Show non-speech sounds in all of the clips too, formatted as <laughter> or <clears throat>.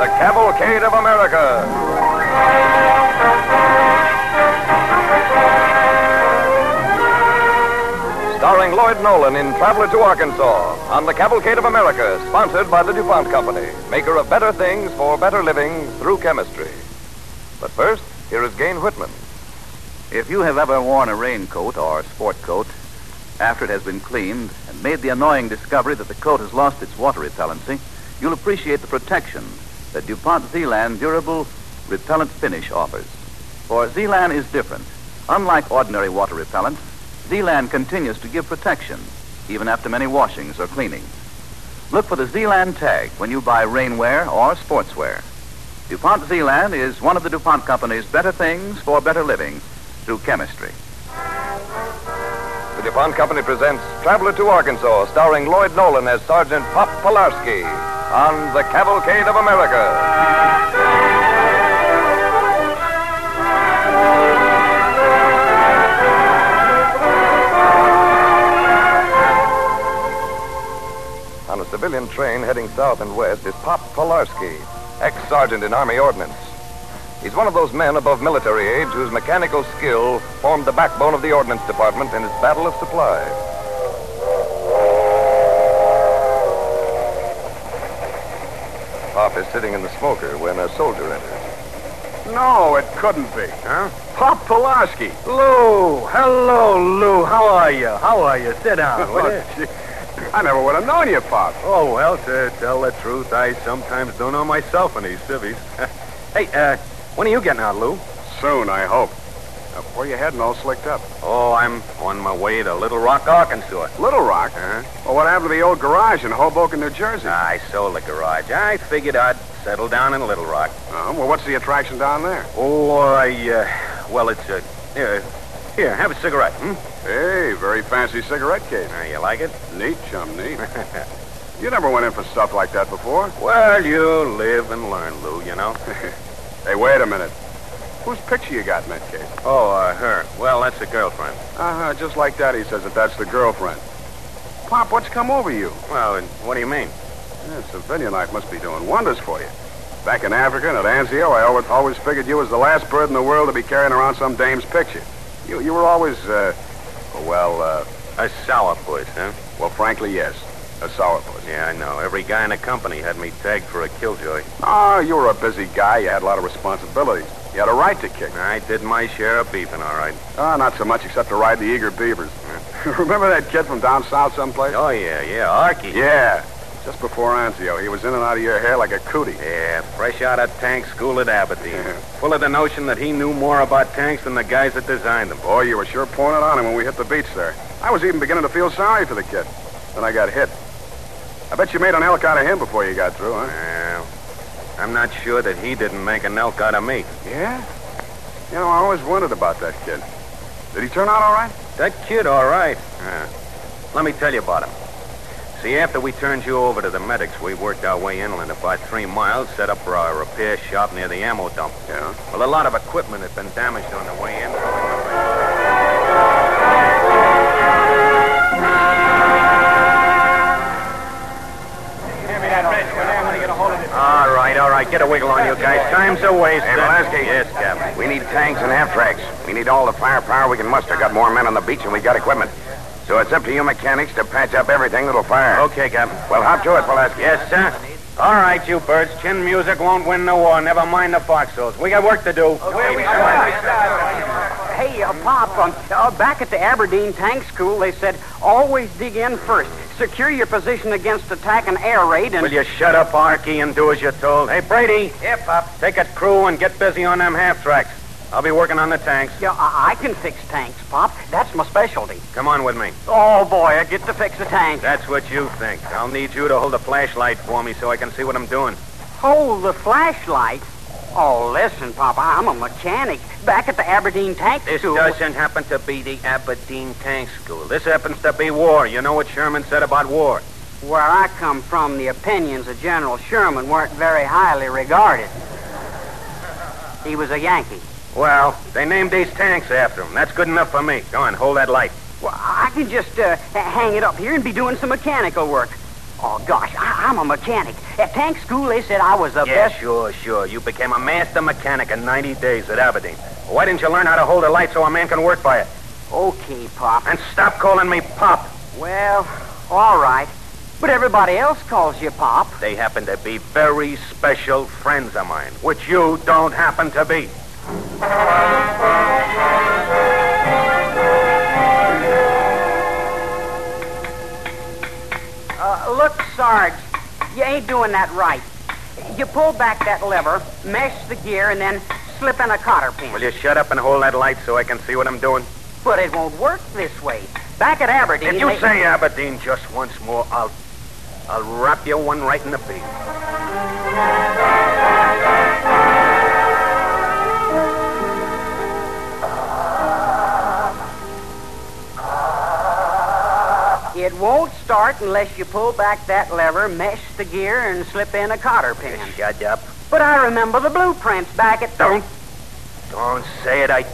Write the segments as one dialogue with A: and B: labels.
A: The Cavalcade of America. Starring Lloyd Nolan in Traveler to Arkansas on the Cavalcade of America, sponsored by the DuPont Company, maker of better things for better living through chemistry. But first, here is Gain Whitman.
B: If you have ever worn a raincoat or sport coat after it has been cleaned and made the annoying discovery that the coat has lost its water repellency, you'll appreciate the protection that DuPont Zeeland Durable Repellent Finish offers. For Zeeland is different. Unlike ordinary water repellent, Zeeland continues to give protection even after many washings or cleanings. Look for the Zeeland tag when you buy rainwear or sportswear. DuPont Zeeland is one of the DuPont Company's better things for better living through chemistry.
A: The DuPont Company presents Traveler to Arkansas, starring Lloyd Nolan as Sergeant Pop Polarski on the Cavalcade of America. On a civilian train heading south and west is Pop Polarski, ex-sergeant in Army Ordnance. He's one of those men above military age whose mechanical skill formed the backbone of the Ordnance Department in its battle of supply. Pop is sitting in the smoker when a soldier enters.
C: No, it couldn't be, huh? Pop Pulaski. Lou. Hello, Lou. How are you? How are you? Sit down,
A: Oh,
C: will you?
A: I never would have known you, Pop.
C: Oh, well, to tell the truth, I sometimes don't know myself in these civvies. <laughs> hey, uh, when are you getting out, Lou?
A: Soon, I hope. Now, where you heading all slicked up?
C: Oh, I'm on my way to Little Rock, Arkansas.
A: Little Rock?
C: Uh-huh.
A: Well, what happened to the old garage in Hoboken, New Jersey?
C: I sold the garage. I figured I'd settle down in Little Rock.
A: Uh, well, what's the attraction down there?
C: Oh, I, uh, well, it's, uh, here, here, have a cigarette, hmm?
A: Hey, very fancy cigarette case.
C: Uh, you like it?
A: Neat, chum, neat. <laughs> you never went in for stuff like that before.
C: Well, you live and learn, Lou, you know.
A: <laughs> Hey, wait a minute. Whose picture you got in that case?
C: oh, uh, her. Well, that's a girlfriend.
A: Uh-huh, just like that, he says that that's the girlfriend. Pop, what's come over you?
C: Well, and what do you mean?
A: Yeah, civilian life must be doing wonders for you. Back in Africa and at Anzio, I always, always figured you was the last bird in the world to be carrying around some dame's picture. You, you were always, uh, well, uh,
C: A sourpuss, huh?
A: well, frankly, yes, a sourpuss.
C: Yeah, I know. Every guy in the company had me tagged for a killjoy.
A: Oh, you were a busy guy. You had a lot of responsibilities. You had a right to kick.
C: I did my share of beefing, all right.
A: Ah, not so much except to ride the eager beavers. <laughs> Remember that kid from down south someplace?
C: Oh, yeah, yeah, Archie.
A: Yeah, just before Anzio. He was in and out of your hair like a cootie.
C: Yeah, fresh out of tank school
A: <laughs>
C: at Aberdeen. Full of the notion that he knew more about tanks than the guys that designed them.
A: Boy, you were sure pouring it on him when we hit the beach there. I was even beginning to feel sorry for the kid. Then I got hit. I bet you made an elk out of him before you got through, huh?
C: Well, I'm not sure that he didn't make an elk out of me.
A: Yeah? You know, I always wondered about that kid. Did he turn out all right?
C: That kid, all right. Uh, let me tell you about him. See, after we turned you over to the medics, we worked our way inland about three miles, set up for our repair shop near the ammo dump.
A: Yeah.
C: Well, a lot of equipment had been damaged on the way in. All right, all right. Get a wiggle on you guys. Time's a waste. Hey,
A: Velasquez.
C: Yes, Captain.
A: We need tanks and half tracks. We need all the firepower we can muster. Got more men on the beach and we got equipment. So it's up to you mechanics to patch up everything that'll fire.
C: Okay, Captain.
A: Well, hop to it, Pulaski.
C: Yes, sir. All right, you birds. Chin music won't win the war. Never mind the foxholes. We got work to do.
D: Hey, uh, Pop, um, uh, back at the Aberdeen Tank School, they said always dig in first. Secure your position against attack and air raid and.
C: Will you shut up, Arky, and do as you're told? Hey, Brady. Yeah, Pop. Take a crew and get busy on them half tracks. I'll be working on the tanks.
D: Yeah, I-, I can fix tanks, Pop. That's my specialty.
C: Come on with me.
D: Oh, boy, I get to fix a tank.
C: That's what you think. I'll need you to hold a flashlight for me so I can see what I'm doing.
D: Hold the flashlight. Oh, listen, Pop, I- I'm a mechanic. Back at the Aberdeen Tank
C: This
D: School.
C: doesn't happen to be the Aberdeen Tank School. This happens to be war. You know what Sherman said about war.
D: Where I come from, the opinions of General Sherman weren't very highly regarded. He was a Yankee.
C: Well, they named these tanks after him. That's good enough for me. Go on, hold that light.
D: Well, I can just uh, h- hang it up here and be doing some mechanical work. Oh, gosh, I- I'm a mechanic. At tank school, they said I was the
C: Yeah,
D: best.
C: sure, sure. You became a master mechanic in 90 days at Aberdeen. Why didn't you learn how to hold a light so a man can work by it?
D: Okay, Pop.
C: And stop calling me Pop.
D: Well, all right. But everybody else calls you Pop.
C: They happen to be very special friends of mine, which you don't happen to be.
D: Uh, look, Sarge, you ain't doing that right. You pull back that lever, mesh the gear, and then slip in a cotter pin.
C: Will you shut up and hold that light so I can see what I'm doing?
D: But it won't work this way. Back at Aberdeen.
C: If you
D: they-
C: say Aberdeen just once more, I'll I'll wrap you one right in the beak.
D: It won't start unless you pull back that lever, mesh the gear, and slip in a cotter pin.
C: Shut up.
D: But I remember the blueprints back at the.
C: Don't don't say it. I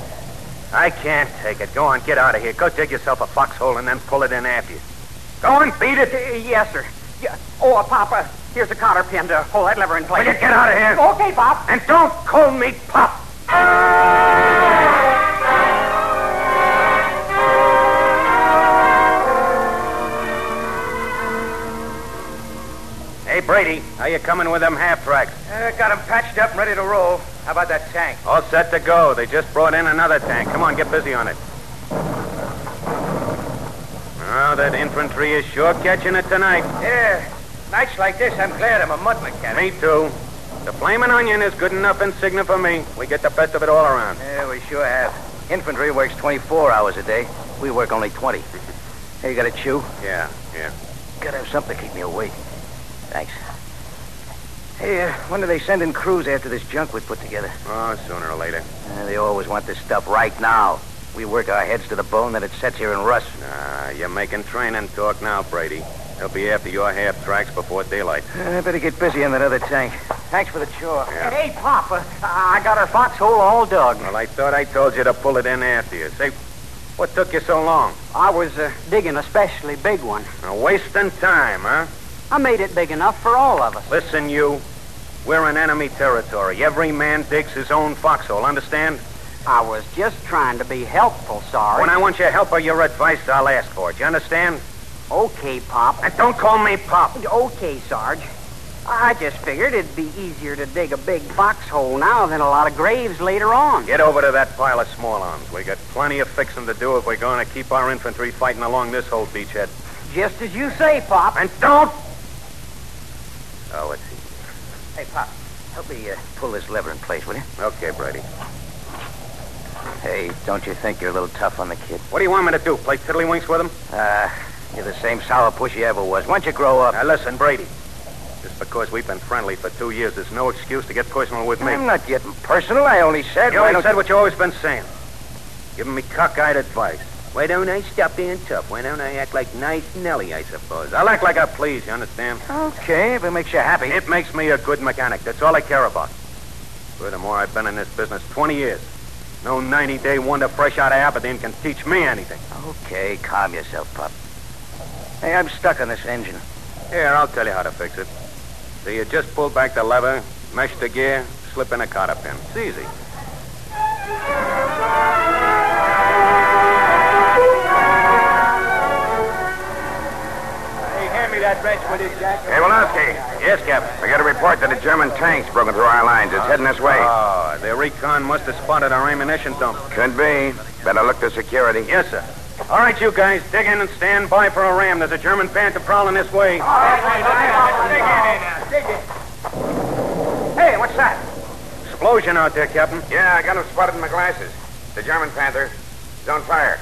C: I can't take it. Go on, get out of here. Go dig yourself a foxhole and then pull it in after you. Go on, beat
D: Uh,
C: it.
D: yes, sir. Yeah. Oh, uh, Pop, uh, here's a cotter pin to pull that lever in place.
C: Will you get out of here?
D: Okay, Pop.
C: And don't call me Pop. Hey, Brady, how you coming with them half tracks?
E: Uh, got 'em patched up and ready to roll. How about that tank?
C: All set to go. They just brought in another tank. Come on, get busy on it. Oh, that infantry is sure catching it tonight.
E: Yeah. Nights like this, I'm glad I'm a mud mechanic.
C: Me too. The flaming onion is good enough insignia for me. We get the best of it all around.
E: Yeah, we sure have. Infantry works 24 hours a day. We work only 20. Hey, you got a chew?
C: Yeah, yeah.
E: Gotta have something to keep me awake. Thanks. Hey, uh, when do they send in crews after this junk we put together?
C: Oh, sooner or later.
E: Uh, they always want this stuff right now. We work our heads to the bone, then it sets here and rusts.
C: Nah, you're making training talk now, Brady. They'll be after your half tracks before daylight.
E: Uh, I better get busy on that other tank. Thanks for the chore.
C: Yeah.
D: Hey, Pop, uh, I got our foxhole all dug.
C: Well, I thought I told you to pull it in after you. Say, what took you so long?
D: I was uh, digging a specially big one.
C: Now, wasting time, huh?
D: I made it big enough for all of us.
C: Listen, you. We're in enemy territory. Every man digs his own foxhole, understand?
D: I was just trying to be helpful, Sarge.
C: When I want your help or your advice, I'll ask for it. You understand?
D: Okay, Pop.
C: And don't call me Pop.
D: Okay, Sarge. I just figured it'd be easier to dig a big foxhole now than a lot of graves later on.
C: Get over to that pile of small arms. We got plenty of fixing to do if we're going to keep our infantry fighting along this whole beachhead.
D: Just as you say, Pop.
C: And don't. Oh, let's see.
E: Hey, Pop, help me uh, pull this lever in place, will you?
C: Okay, Brady.
E: Hey, don't you think you're a little tough on the kid?
C: What do you want me to do? Play tiddlywinks with him?
E: Uh, you're the same sour puss you ever was. Why don't you grow up?
C: Now listen, Brady. Just because we've been friendly for two years, there's no excuse to get personal with me.
E: I'm not getting personal. Mm. I only said.
C: You
E: why
C: always
E: don't
C: said what you always been saying. Giving me cockeyed advice. Why don't I stop being tough? Why don't I act like nice Nellie, I suppose? I'll act like I please, you understand?
E: Okay, if it makes you happy.
C: It makes me a good mechanic. That's all I care about. Furthermore, I've been in this business 20 years. No 90 day wonder fresh out of Aberdeen can teach me anything.
E: Okay, calm yourself, Pop. Hey, I'm stuck on this engine.
C: Here, I'll tell you how to fix it. So you just pull back the lever, mesh the gear, slip in a cotter pin. It's easy.
E: Hey, hand me that wrench, will you, Jack?
A: Hey, Wolowski.
C: Yes, Captain.
A: We got a report that a German tank's broken through our lines. It's heading this way.
C: Oh, the recon must have spotted our ammunition dump.
A: Could be. Better look to security.
C: Yes, sir. All right, you guys, dig in and stand by for a ram. There's a German panther prowling this way. uh,
D: Hey, what's that?
C: Explosion out there, Captain.
A: Yeah, I got him spotted in my glasses. The German Panther. He's on fire.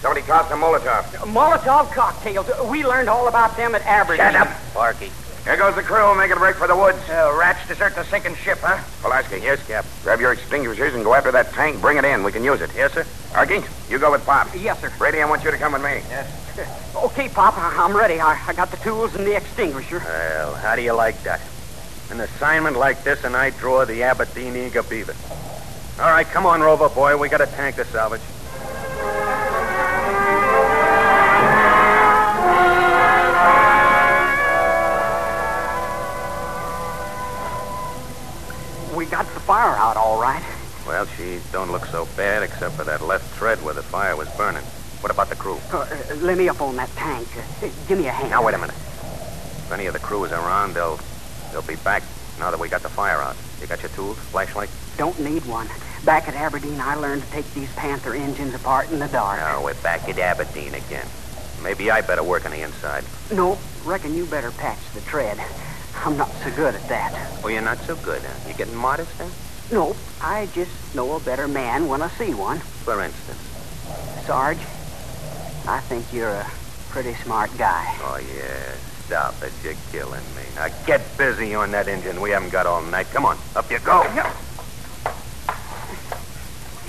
A: Somebody tossed a Molotov.
D: Molotov cocktails. We learned all about them at Aberdeen.
E: Shut up, Barky.
A: Here goes the crew making a break for the woods.
E: Uh, rats desert the sinking ship, huh?
A: Pulaski, yes, Cap. Grab your extinguishers and go after that tank. Bring it in. We can use it. Yes, sir. Argy, you go with Pop.
D: Yes, sir.
A: Brady, I want you to come with me.
E: Yes.
D: Okay, Pop, I- I'm ready. I, I got the tools and the extinguisher.
C: Well, how do you like that? An assignment like this, and I draw the Aberdeen Eager Beaver. All right, come on, Rover boy. We got a tank to salvage.
D: We got the fire out all right.
C: Well, she don't look so bad, except for that left thread where the fire was burning. What about the crew?
D: Uh, uh, let me up on that tank. Uh, give me a hand.
C: Now wait a minute. If any of the crew is around, they'll they'll be back now that we got the fire out. You got your tools, flashlight?
D: Don't need one. Back at Aberdeen, I learned to take these Panther engines apart in the dark.
C: Now we're back at Aberdeen again. Maybe I better work on the inside.
D: No, reckon you better patch the tread. I'm not so good at that.
C: Oh, you're not so good, huh? You getting modest, huh?
D: No, I just know a better man when I see one.
C: For instance.
D: Sarge, I think you're a pretty smart guy.
C: Oh, yeah. Stop it. You're killing me. Now get busy on that engine. We haven't got all night. Come on. Up you go.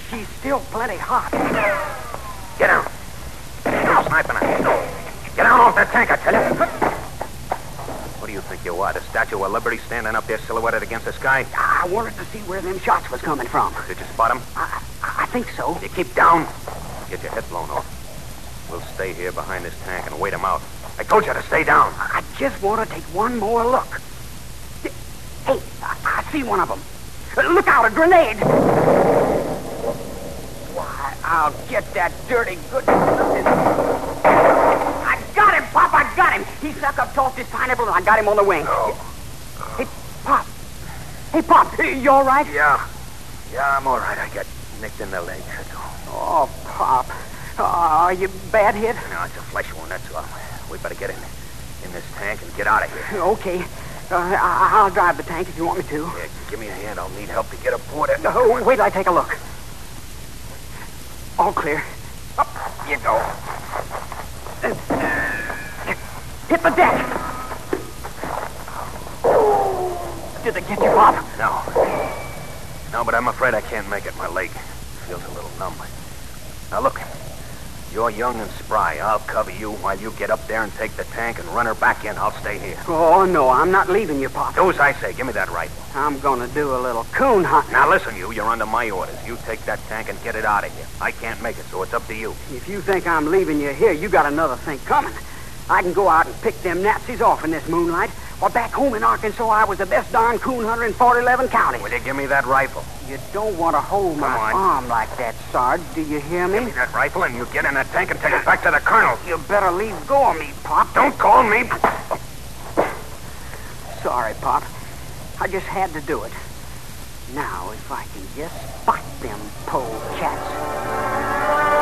D: She's still plenty hot.
C: Get down. Get down, sniping her. Get down off that tank, I tell you. What do you think you are, the Statue of Liberty standing up there silhouetted against the sky?
D: I wanted to see where them shots was coming from.
C: Did you spot him?
D: I, I I think so.
C: You Ah, keep down. Get your head blown off. We'll stay here behind this tank and wait him out. I told you to stay down.
D: I just want to take one more look. Hey, I, I see one of them. Look out, a grenade! Why, I'll get that dirty good. I got him, Pop! I got him! He stuck up tossed his pineapple, and I got him on the wing.
C: Oh.
D: Hey, Pop! Hey, Pop! You all right?
C: Yeah. Yeah, I'm all right. I got nicked in the leg. That's all.
D: Oh, Pop. Oh, are you bad hit?
C: No, it's a flesh wound, that's all. We better get in, in this tank and get out of here.
D: Okay. Uh, I- I'll drive the tank if you want me to.
C: Yeah, give me a hand. I'll need help to get aboard it.
D: Oh, wait till I take a look. All clear. Up you go. Hit the deck. Did they get you, Pop?
C: No. No, but I'm afraid I can't make it. My leg feels a little numb. Now, look. You're young and spry. I'll cover you while you get up there and take the tank and run her back in. I'll stay here.
D: Oh, no, I'm not leaving you, Pop.
C: Do as I say. Give me that rifle.
D: I'm gonna do a little coon hunting.
C: Now, listen, you. You're under my orders. You take that tank and get it out of here. I can't make it, so it's up to you.
D: If you think I'm leaving you here, you got another thing coming. I can go out and pick them Nazis off in this moonlight. Or back home in Arkansas, I was the best darn coon hunter in 411 County.
C: Will you give me that rifle?
D: You don't want to hold my
C: Come on.
D: arm like that, Sarge. Do you hear
C: Give
D: me?
C: me that rifle, and you get in that tank and take it back to the colonel.
D: You better leave go of me, Pop.
C: Don't call me.
D: Sorry, Pop. I just had to do it. Now, if I can just spot them pole cats.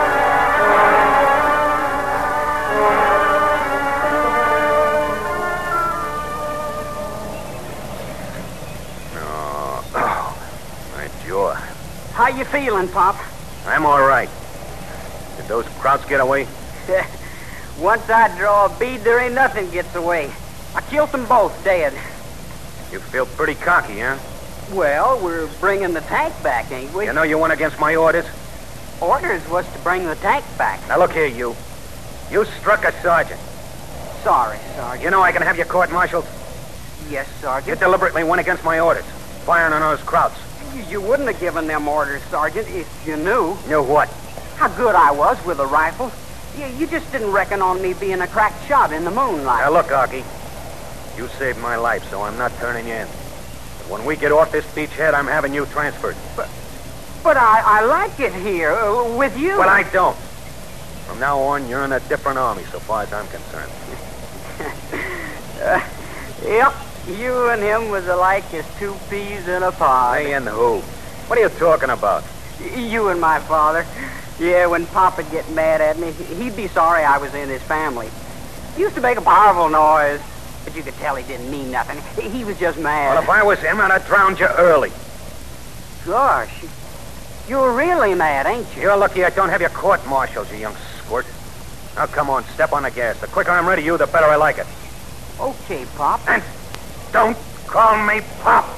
C: My jaw.
D: How you feeling, Pop? <laughs>
C: I'm all right. Did those krauts get away?
D: Once I draw a bead, there ain't nothing gets away. I killed them both dead.
C: You feel pretty cocky, huh?
D: Well, we're bringing the tank back, ain't we?
C: You know you went against my orders.
D: Orders was to bring the tank back.
C: Now look here, you. You struck a sergeant.
D: Sorry, Sergeant.
C: You know I can have you court-martialed.
D: Yes,
C: You
D: Sergeant.
C: deliberately went against my orders, firing on those krauts.
D: You- You wouldn't have given them orders, Sergeant, if you knew.
C: Knew what?
D: how good I was with a rifle. You, you just didn't reckon on me being a crack shot in the
C: Now
D: moonlight.
C: look, Arky. You saved my life, so I'm not turning you in. But when we get off this beachhead, I'm having you transferred.
D: But I, I like it here uh, with you.
C: Well, I don't. From now on, you're in a different army, so far as I'm concerned.
D: Yep, you and him was alike as two peas in a pod.
C: I and who? What are you talking about?
D: You and my father. Yeah, when Papa'd get mad at me, he'd be sorry I was in his family. He used to make a powerful noise, but you could tell he didn't mean nothing. He- He was just mad.
C: Well, if I was him, I'd have drowned you early.
D: Gosh, you're really mad, ain't you?
C: You're lucky I don't have your court-martials, you young squirt. Now, come on, step on the gas. The quicker I'm ready, you, the better I like it.
D: Okay, Pop.
C: And don't call me Pop.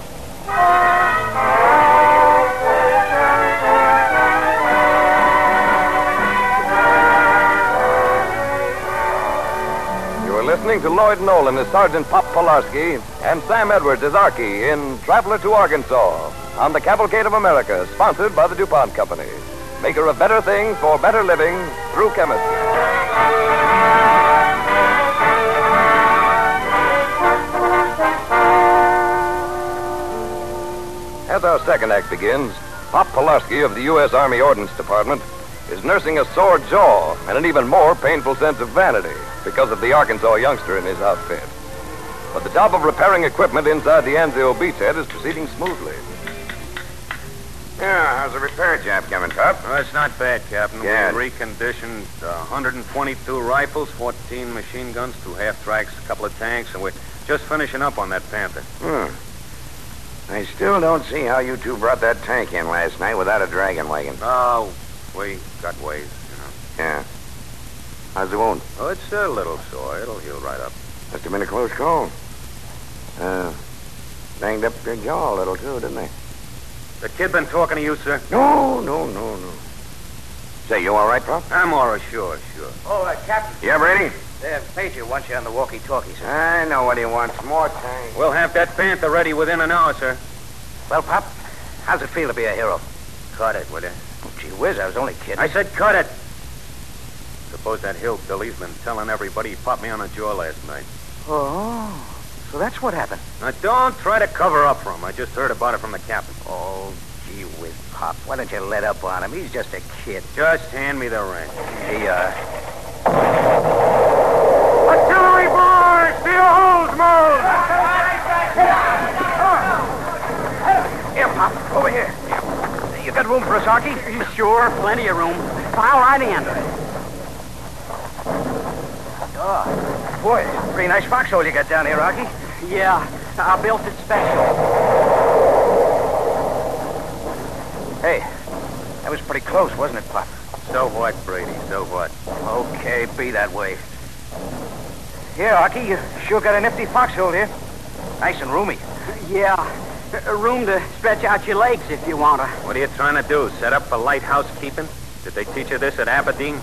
A: listening to Lloyd Nolan as Sergeant Pop Polarski and Sam Edwards as Archie in Traveler to Arkansas on the Cavalcade of America, sponsored by the DuPont Company, maker of better things for better living through chemistry. As our second act begins, Pop Polarski of the U.S. Army Ordnance Department is nursing a sore jaw and an even more painful sense of vanity because of the Arkansas youngster in his outfit. But the job of repairing equipment inside the Anzio beachhead is proceeding smoothly.
C: Yeah, how's the repair job coming, Pop? Well, it's not bad, Captain.
A: Good.
C: We reconditioned uh, 122 rifles, 14 machine guns, two half tracks, a couple of tanks, and we're just finishing up on that Panther.
E: Hmm. I still don't see how you two brought that tank in last night without a dragon wagon.
C: Oh, we got ways, you know.
E: Yeah. How's the wound?
C: Oh, it's a little sore. It'll heal right up.
E: Must have been a close call. Uh, banged up your jaw a little, too, didn't they?
C: The kid been talking to you, sir?
E: No, no, no, no. Say, you all right, Pop?
C: I'm all right, sure, sure.
D: Oh, uh, Captain,
E: Yeah, Brady?
D: the Major wants you on the walkie-talkie, sir.
E: I know what he wants. More tank.
C: We'll have that Panther ready within an hour, sir.
D: Well, Pop, how's it feel to be a hero?
C: Cut it, will you?
D: Oh, gee whiz, I was only kidding.
C: I said cut it. Suppose that hillbilly's been telling everybody he popped me on the jaw last night.
D: Oh, so that's what happened.
C: Now, don't try to cover up for him. I just heard about it from the captain.
D: Oh, gee whiz, Pop. Why don't you let up on him? He's just a kid.
C: Just hand me the ring.
D: He, uh...
C: Artillery boys, the holes mode!
D: Here, Pop, over here. You got room for us, Archie? Sure, plenty of room. File right in. Oh, boy, pretty nice foxhole you got down here, Archie. Yeah, I built it special. Hey, that was pretty close, wasn't it, Pop?
C: So what, Brady? So what?
D: Okay, be that way. Here, Archie, you sure got an empty foxhole here. Nice and roomy. Yeah, room to stretch out your legs if you want to.
C: What are you trying to do? Set up for lighthouse keeping? Did they teach you this at Aberdeen?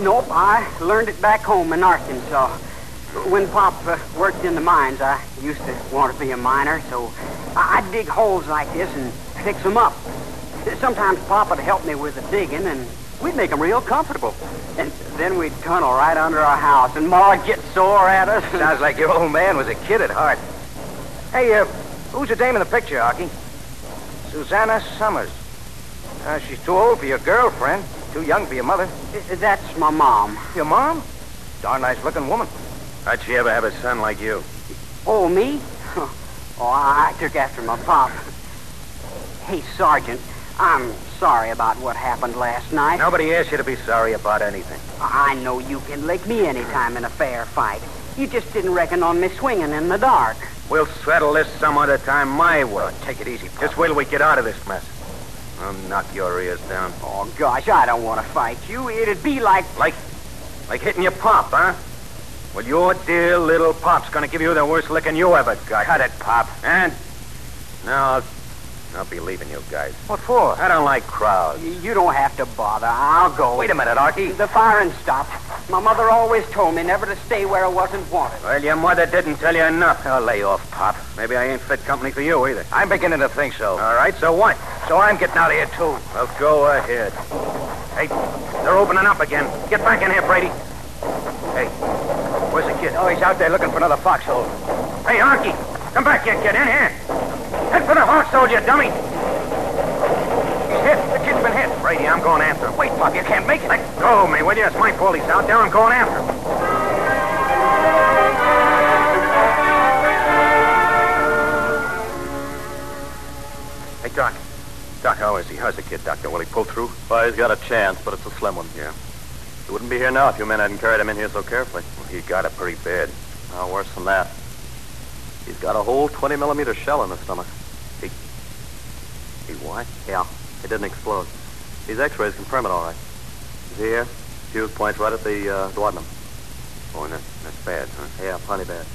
D: Nope, I learned it back home in Arkansas. When Pop uh, worked in the mines, I used to want to be a miner, so I- I'd dig holes like this and fix 'em up. Sometimes Pop would help me with the digging, and we'd make 'em real comfortable. And then we'd tunnel right under our house, and Ma'd get sore at us.
E: <laughs> Sounds like your old man was a kid at heart. Hey, uh, who's the dame in the picture, Archie? Susanna Summers. Uh, she's too old for your girlfriend, too young for your mother.
D: Uh, That's my mom.
E: Your mom? Darn nice looking woman.
C: How'd she ever have a son like you?
D: Oh, me? Oh, I took after my pop. Hey, Sergeant, I'm sorry about what happened last night.
C: Nobody asked you to be sorry about anything.
D: I know you can lick me any time in a fair fight. You just didn't reckon on me swinging in the dark.
C: We'll settle this some other time my way. Take it easy, Pop. Just wait till we get out of this mess. I'll knock your ears down.
D: Oh, gosh, I don't want to fight you. It'd be like...
C: Like, like hitting your pop, huh? Well, your dear little pop's gonna give you the worst licking you ever got. Cut it, pop. And now I'll, I'll be leaving you guys.
E: What for?
C: I don't like crowds.
D: Y- You don't have to bother. I'll go.
E: Wait a minute, Archie.
D: The firing stopped. My mother always told me never to stay where I wasn't wanted.
C: Well, your mother didn't tell you enough.
E: Oh, lay off, Pop.
C: Maybe I ain't fit company for you either.
E: I'm beginning to think so.
C: All right, so what?
E: So I'm getting out of here, too.
C: Well, go ahead. Hey, they're opening up again. Get back in here, Brady. Hey, where's the kid?
E: Oh, he's out there looking for another foxhole.
C: Hey, Archie, come back here, kid. In here. Head for the hawk, soldier, dummy. He's hit. The kid's been hit. Brady, I'm going after him. Wait, Pop, you can't make it. Let go of me, will you? It's my fault he's out there. I'm going after him. Hey, Doc. Doc, how is he? How's the kid, Doctor? Will he pull through?
B: Well, he's got a chance, but it's a slim one.
C: Yeah.
B: He wouldn't be here now if you men hadn't carried him in here so carefully.
C: Well, he got it pretty bad.
B: No, worse than that. He's got a whole 20 millimeter shell in his stomach. He. He what? Yeah. It didn't explode. These x rays confirm it all right. You See here? Fuse points right at the uh, duodenum.
C: Oh, and that, that's bad, huh?
B: Yeah, plenty bad.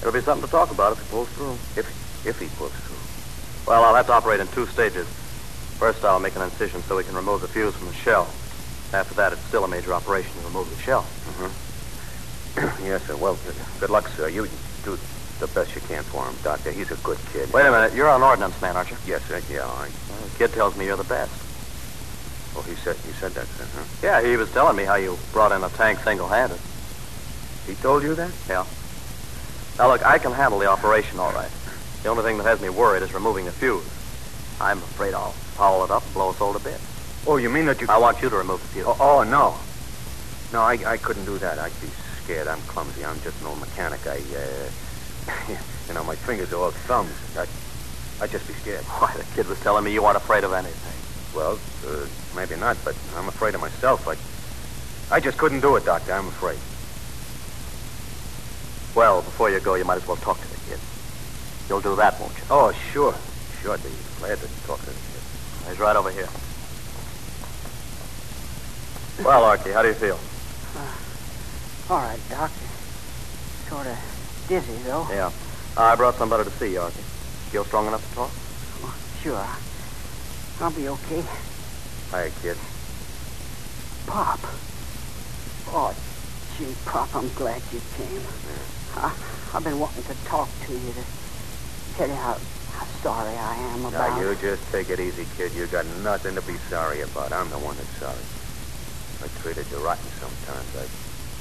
B: It'll be something to talk about if he pulls through.
C: If, if he pulls through.
B: Well, I'll have to operate in two stages. First, I'll make an incision so we can remove the fuse from the shell. After that, it's still a major operation to remove the shell.
C: Mm-hmm. <clears throat> yes, sir. Well, good- good luck, sir. You do the best you can for him, Doctor. He's a good kid.
A: Wait a minute. You're an ordnance man, aren't you?
C: Yes, sir. Yeah, all right.
A: The kid tells me you're the best.
C: Well, he said he said that, sir, huh?
A: Yeah, he was telling me how you brought in a tank single-handed.
C: He told you that?
A: Yeah. Now, look, I can handle the operation all right. The only thing that has me worried is removing the fuse. I'm afraid I'll foul it up and blow us all to bits.
C: Oh, you mean that you?
A: I want you to remove the fuse.
C: Oh, oh, no, no, I, I couldn't do that. I'd be scared. I'm clumsy. I'm just an old mechanic. I, uh, <laughs> you know, my fingers are all thumbs. I, I'd just be scared.
A: Why, the kid was telling me you weren't afraid of anything.
C: Well, uh, maybe not, but I'm afraid of myself. I, I just couldn't do it, Doctor. I'm afraid.
A: Well, before you go, you might as well talk to the kid. You'll do that, won't you?
C: Oh, sure, sure. I'd be glad to talk to you.
A: He's right over here. Well, Archie, how do you feel?
D: All right, Doc. Sort of dizzy, though.
A: Yeah. I brought somebody to see you, Archie. Feel strong enough to talk?
D: Sure. I'll be okay.
C: Hi, kid.
D: Pop. Oh, gee, Pop, I'm glad you came. I, I've been wanting to talk to you to tell you how, how sorry I am
C: Now,
D: about
C: you just take it easy, kid. You got nothing to be sorry about. I'm the one that's sorry. I treated you rotten sometimes.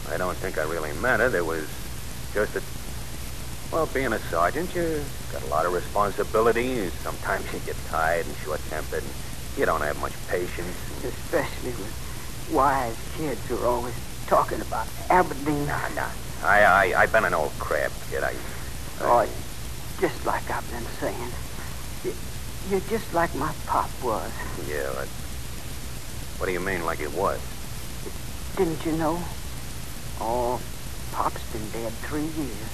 C: I, I don't think I really meant it. It was just that, well, being a sergeant, you got a lot of responsibility. Sometimes <laughs> you get tired and short-tempered, and you don't have much patience.
D: especially with wise kids who are always talking about Aberdeen.
C: Nah, nah. I, I, I've been an old crab, kid. I,
D: Oh, just like I've been saying. You, you're just like my pop was.
C: yeah. But what do you mean, like it was?
D: Didn't you know? Oh, Pop's been dead three years.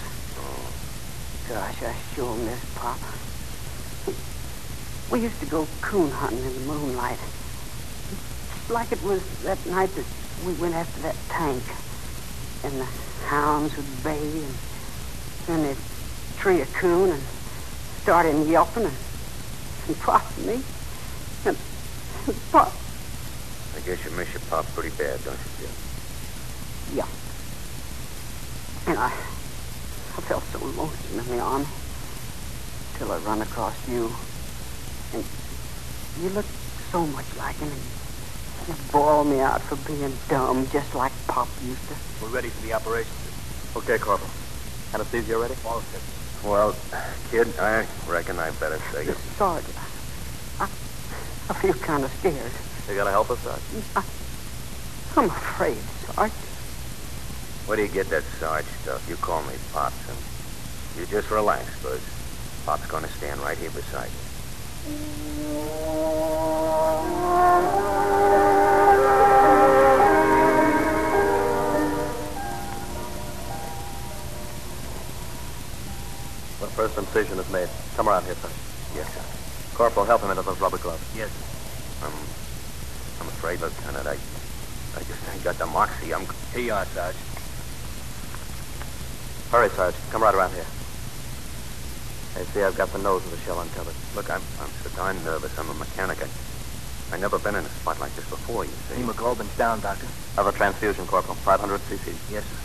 D: Gosh, I sure miss Pop. We used to go coon hunting in the moonlight. Just like it was that night that we went after that tank. And the hounds would bay, and then they'd tree a coon and start him yelping, and, and Pop and me. And, and Pop,
C: I guess you miss your pop pretty bad, don't you, kid?
D: Yeah. And I, I felt so lonesome in the army till I run across you. And you looked so much like him. And you bawled me out for being dumb, just like Pop used to.
B: We're ready for the operation.
C: Okay, Corporal.
A: Anesthesia ready?
C: Well, kid, I reckon I better say it.
D: Sarge, I, I feel kind of scared.
A: You gotta help us, Archie.
D: I'm afraid, Sarge.
C: Where do you get that Sarge stuff? You call me Pops, and you just relax, Buzz. Pop's gonna stand right here beside you.
A: The first incision is made. Come around here, son.
C: Yes, sir.
A: Corporal, help him into those rubber gloves.
C: I'm, I'm afraid, Lieutenant, I, I just ain't got the moxie. I'm... Here you are, Sarge.
A: Hurry, Sarge. Come right around here. Hey, see, I've got the nose of the shell uncovered.
C: Look, I'm, I'm so darn nervous. I'm a mechanic. I, I never been in a spot like this before, you see.
B: Hemoglobin's down, Doctor.
A: Have a transfusion, Corporal. 500 cc.
B: Yes, sir.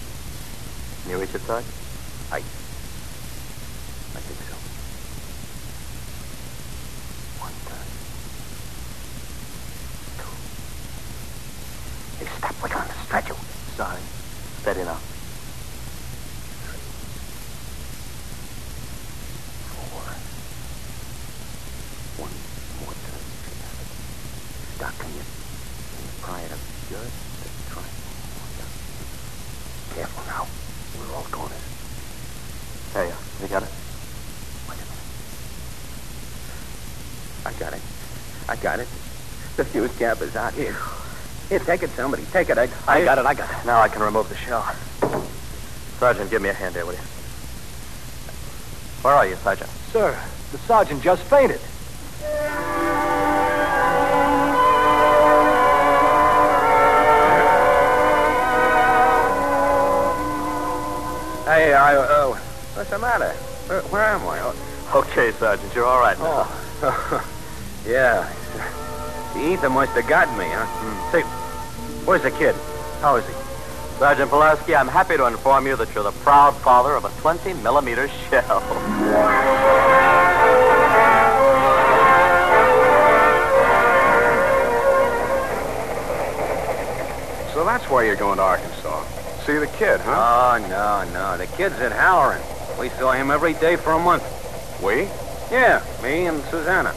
A: Can you reach it, Sarge?
C: I, I think so. One time. Two. Hey, stop. We're on the stretcher.
B: Sorry.
A: Steady now.
C: Four. One more time. Doc, can you, can you pry it up just a trifle more? Yeah. Careful now. We're all corners.
A: There you are. You got it?
C: Wait a minute. I got it. I got it. The fuse cap is out here. Here, take it, somebody. Take it. I, I got it. I got it.
A: Now I can remove the shell. Sergeant, give me a hand here, will you? Where are you, Sergeant?
B: Sir, the sergeant just fainted.
C: Hey, I, uh, what's the matter? Where, where am I? Oh,
A: Okay, Sergeant, you're all right now.
C: Oh. <laughs> yeah. Hmm. The ether must have gotten me, huh? Say, where's the kid? How is he? Sergeant Pulaski, I'm happy to inform you that you're the proud father of a 20 millimeter shell. <laughs>
F: So that's why you're going to Arkansas. See the kid, huh?
G: Oh, no, no. The kid's at Howard. We saw him every day for a month.
F: we?
G: Yeah, me and Susanna.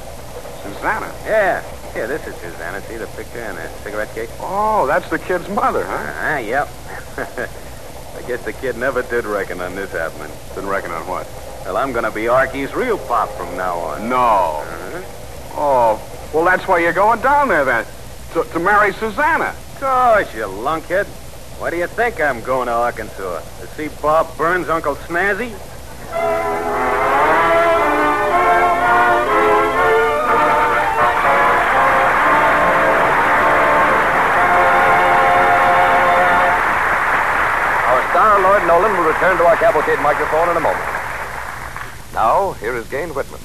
F: Susanna.
G: Yeah. Here, this is Susanna. See the picture and the cigarette case?
F: Oh, that's the kid's mother, huh?
G: Ah, yep. <laughs> I guess the kid never did reckon on this happening.
F: Didn't reckon on what?
G: Well, I'm gonna be Arky's real pop from now on.
F: No.
G: Uh-huh.
F: Oh, well, that's why you're going down there then. To, to marry Susanna.
G: Gosh, you lunkhead. Why do you think I'm going to Arkansas? To see Bob Burns' Uncle Snazzy?
F: Our star, Lord Nolan, will return to our cavalcade microphone in a moment. Now, here is Gain Whitman.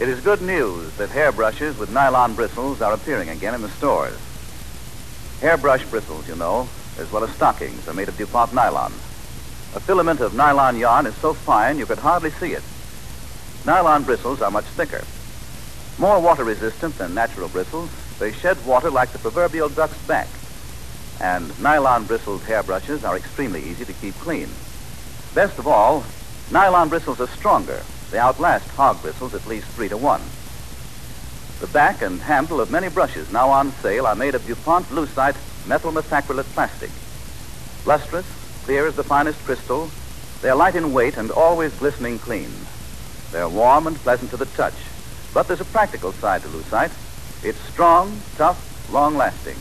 C: It is good news that hairbrushes with nylon bristles are appearing again in the stores. Hairbrush bristles, you know, as well as stockings, are made of DuPont nylon. A filament of nylon yarn is so fine you could hardly see it. Nylon bristles are much thicker. More water resistant than natural bristles, they shed water like the proverbial duck's back. And nylon bristled hairbrushes are extremely easy to keep clean. Best of all, nylon bristles are stronger. They outlast hog bristles at least three to one. The back and handle of many brushes now on sale are made of DuPont Lucite metal methacrylate plastic. Lustrous, clear as the finest crystal, they're light in weight and always glistening clean. They're warm and pleasant to the touch. But there's a practical side to Lucite. It's strong, tough, long-lasting.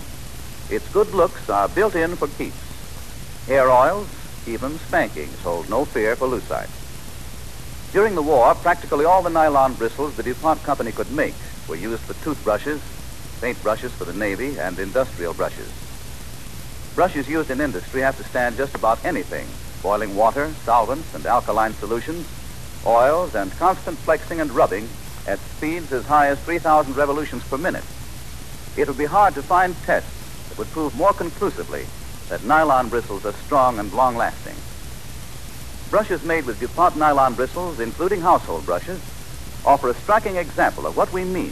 C: Its good looks are built in for keeps. Hair oils, even spankings, hold no fear for lucite. During the war, practically all the nylon bristles the DuPont Company could make were used for toothbrushes, paintbrushes for the Navy, and industrial brushes. Brushes used in industry have to stand just about anything boiling water, solvents, and alkaline solutions, oils, and constant flexing and rubbing at speeds as high as 3,000 revolutions per minute. It would be hard to find tests that would prove more conclusively that nylon bristles are strong and long lasting. Brushes made with DuPont nylon bristles, including household brushes, offer a striking example of what we mean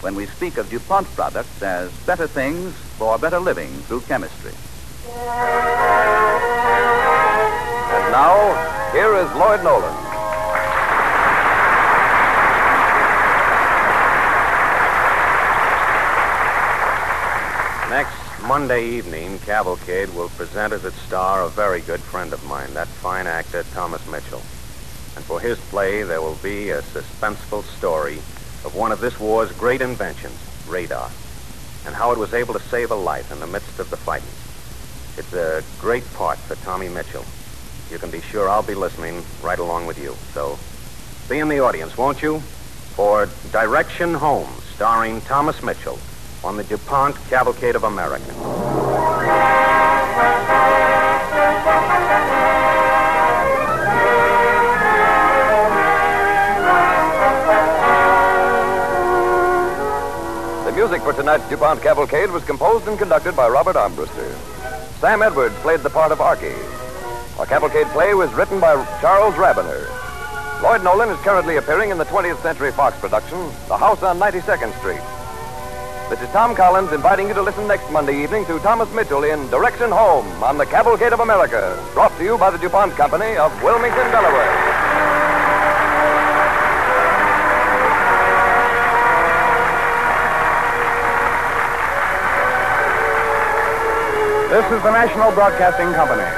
C: when we speak of DuPont products as better things for better living through chemistry.
F: And now, here is Lloyd Nolan.
G: Next Monday evening, Cavalcade will present as its star a very good friend of mine, that fine actor Thomas Mitchell. And for his play, there will be a suspenseful story of one of this war's great inventions, radar, and how it was able to save a life in the midst of the fighting. It's a great part for Tommy Mitchell. You can be sure I'll be listening right along with you. So be in the audience, won't you? For Direction Home, starring Thomas Mitchell on the DuPont Cavalcade of America.
F: The music for tonight's DuPont Cavalcade was composed and conducted by Robert Armbruster. Sam Edwards played the part of Archie. Our cavalcade play was written by Charles Rabiner. Lloyd Nolan is currently appearing in the 20th Century Fox production, The House on 92nd Street. This is Tom Collins inviting you to listen next Monday evening to Thomas Mitchell in Direction Home on the Cavalcade of America, brought to you by the DuPont Company of Wilmington, Delaware.
H: This is the National Broadcasting Company.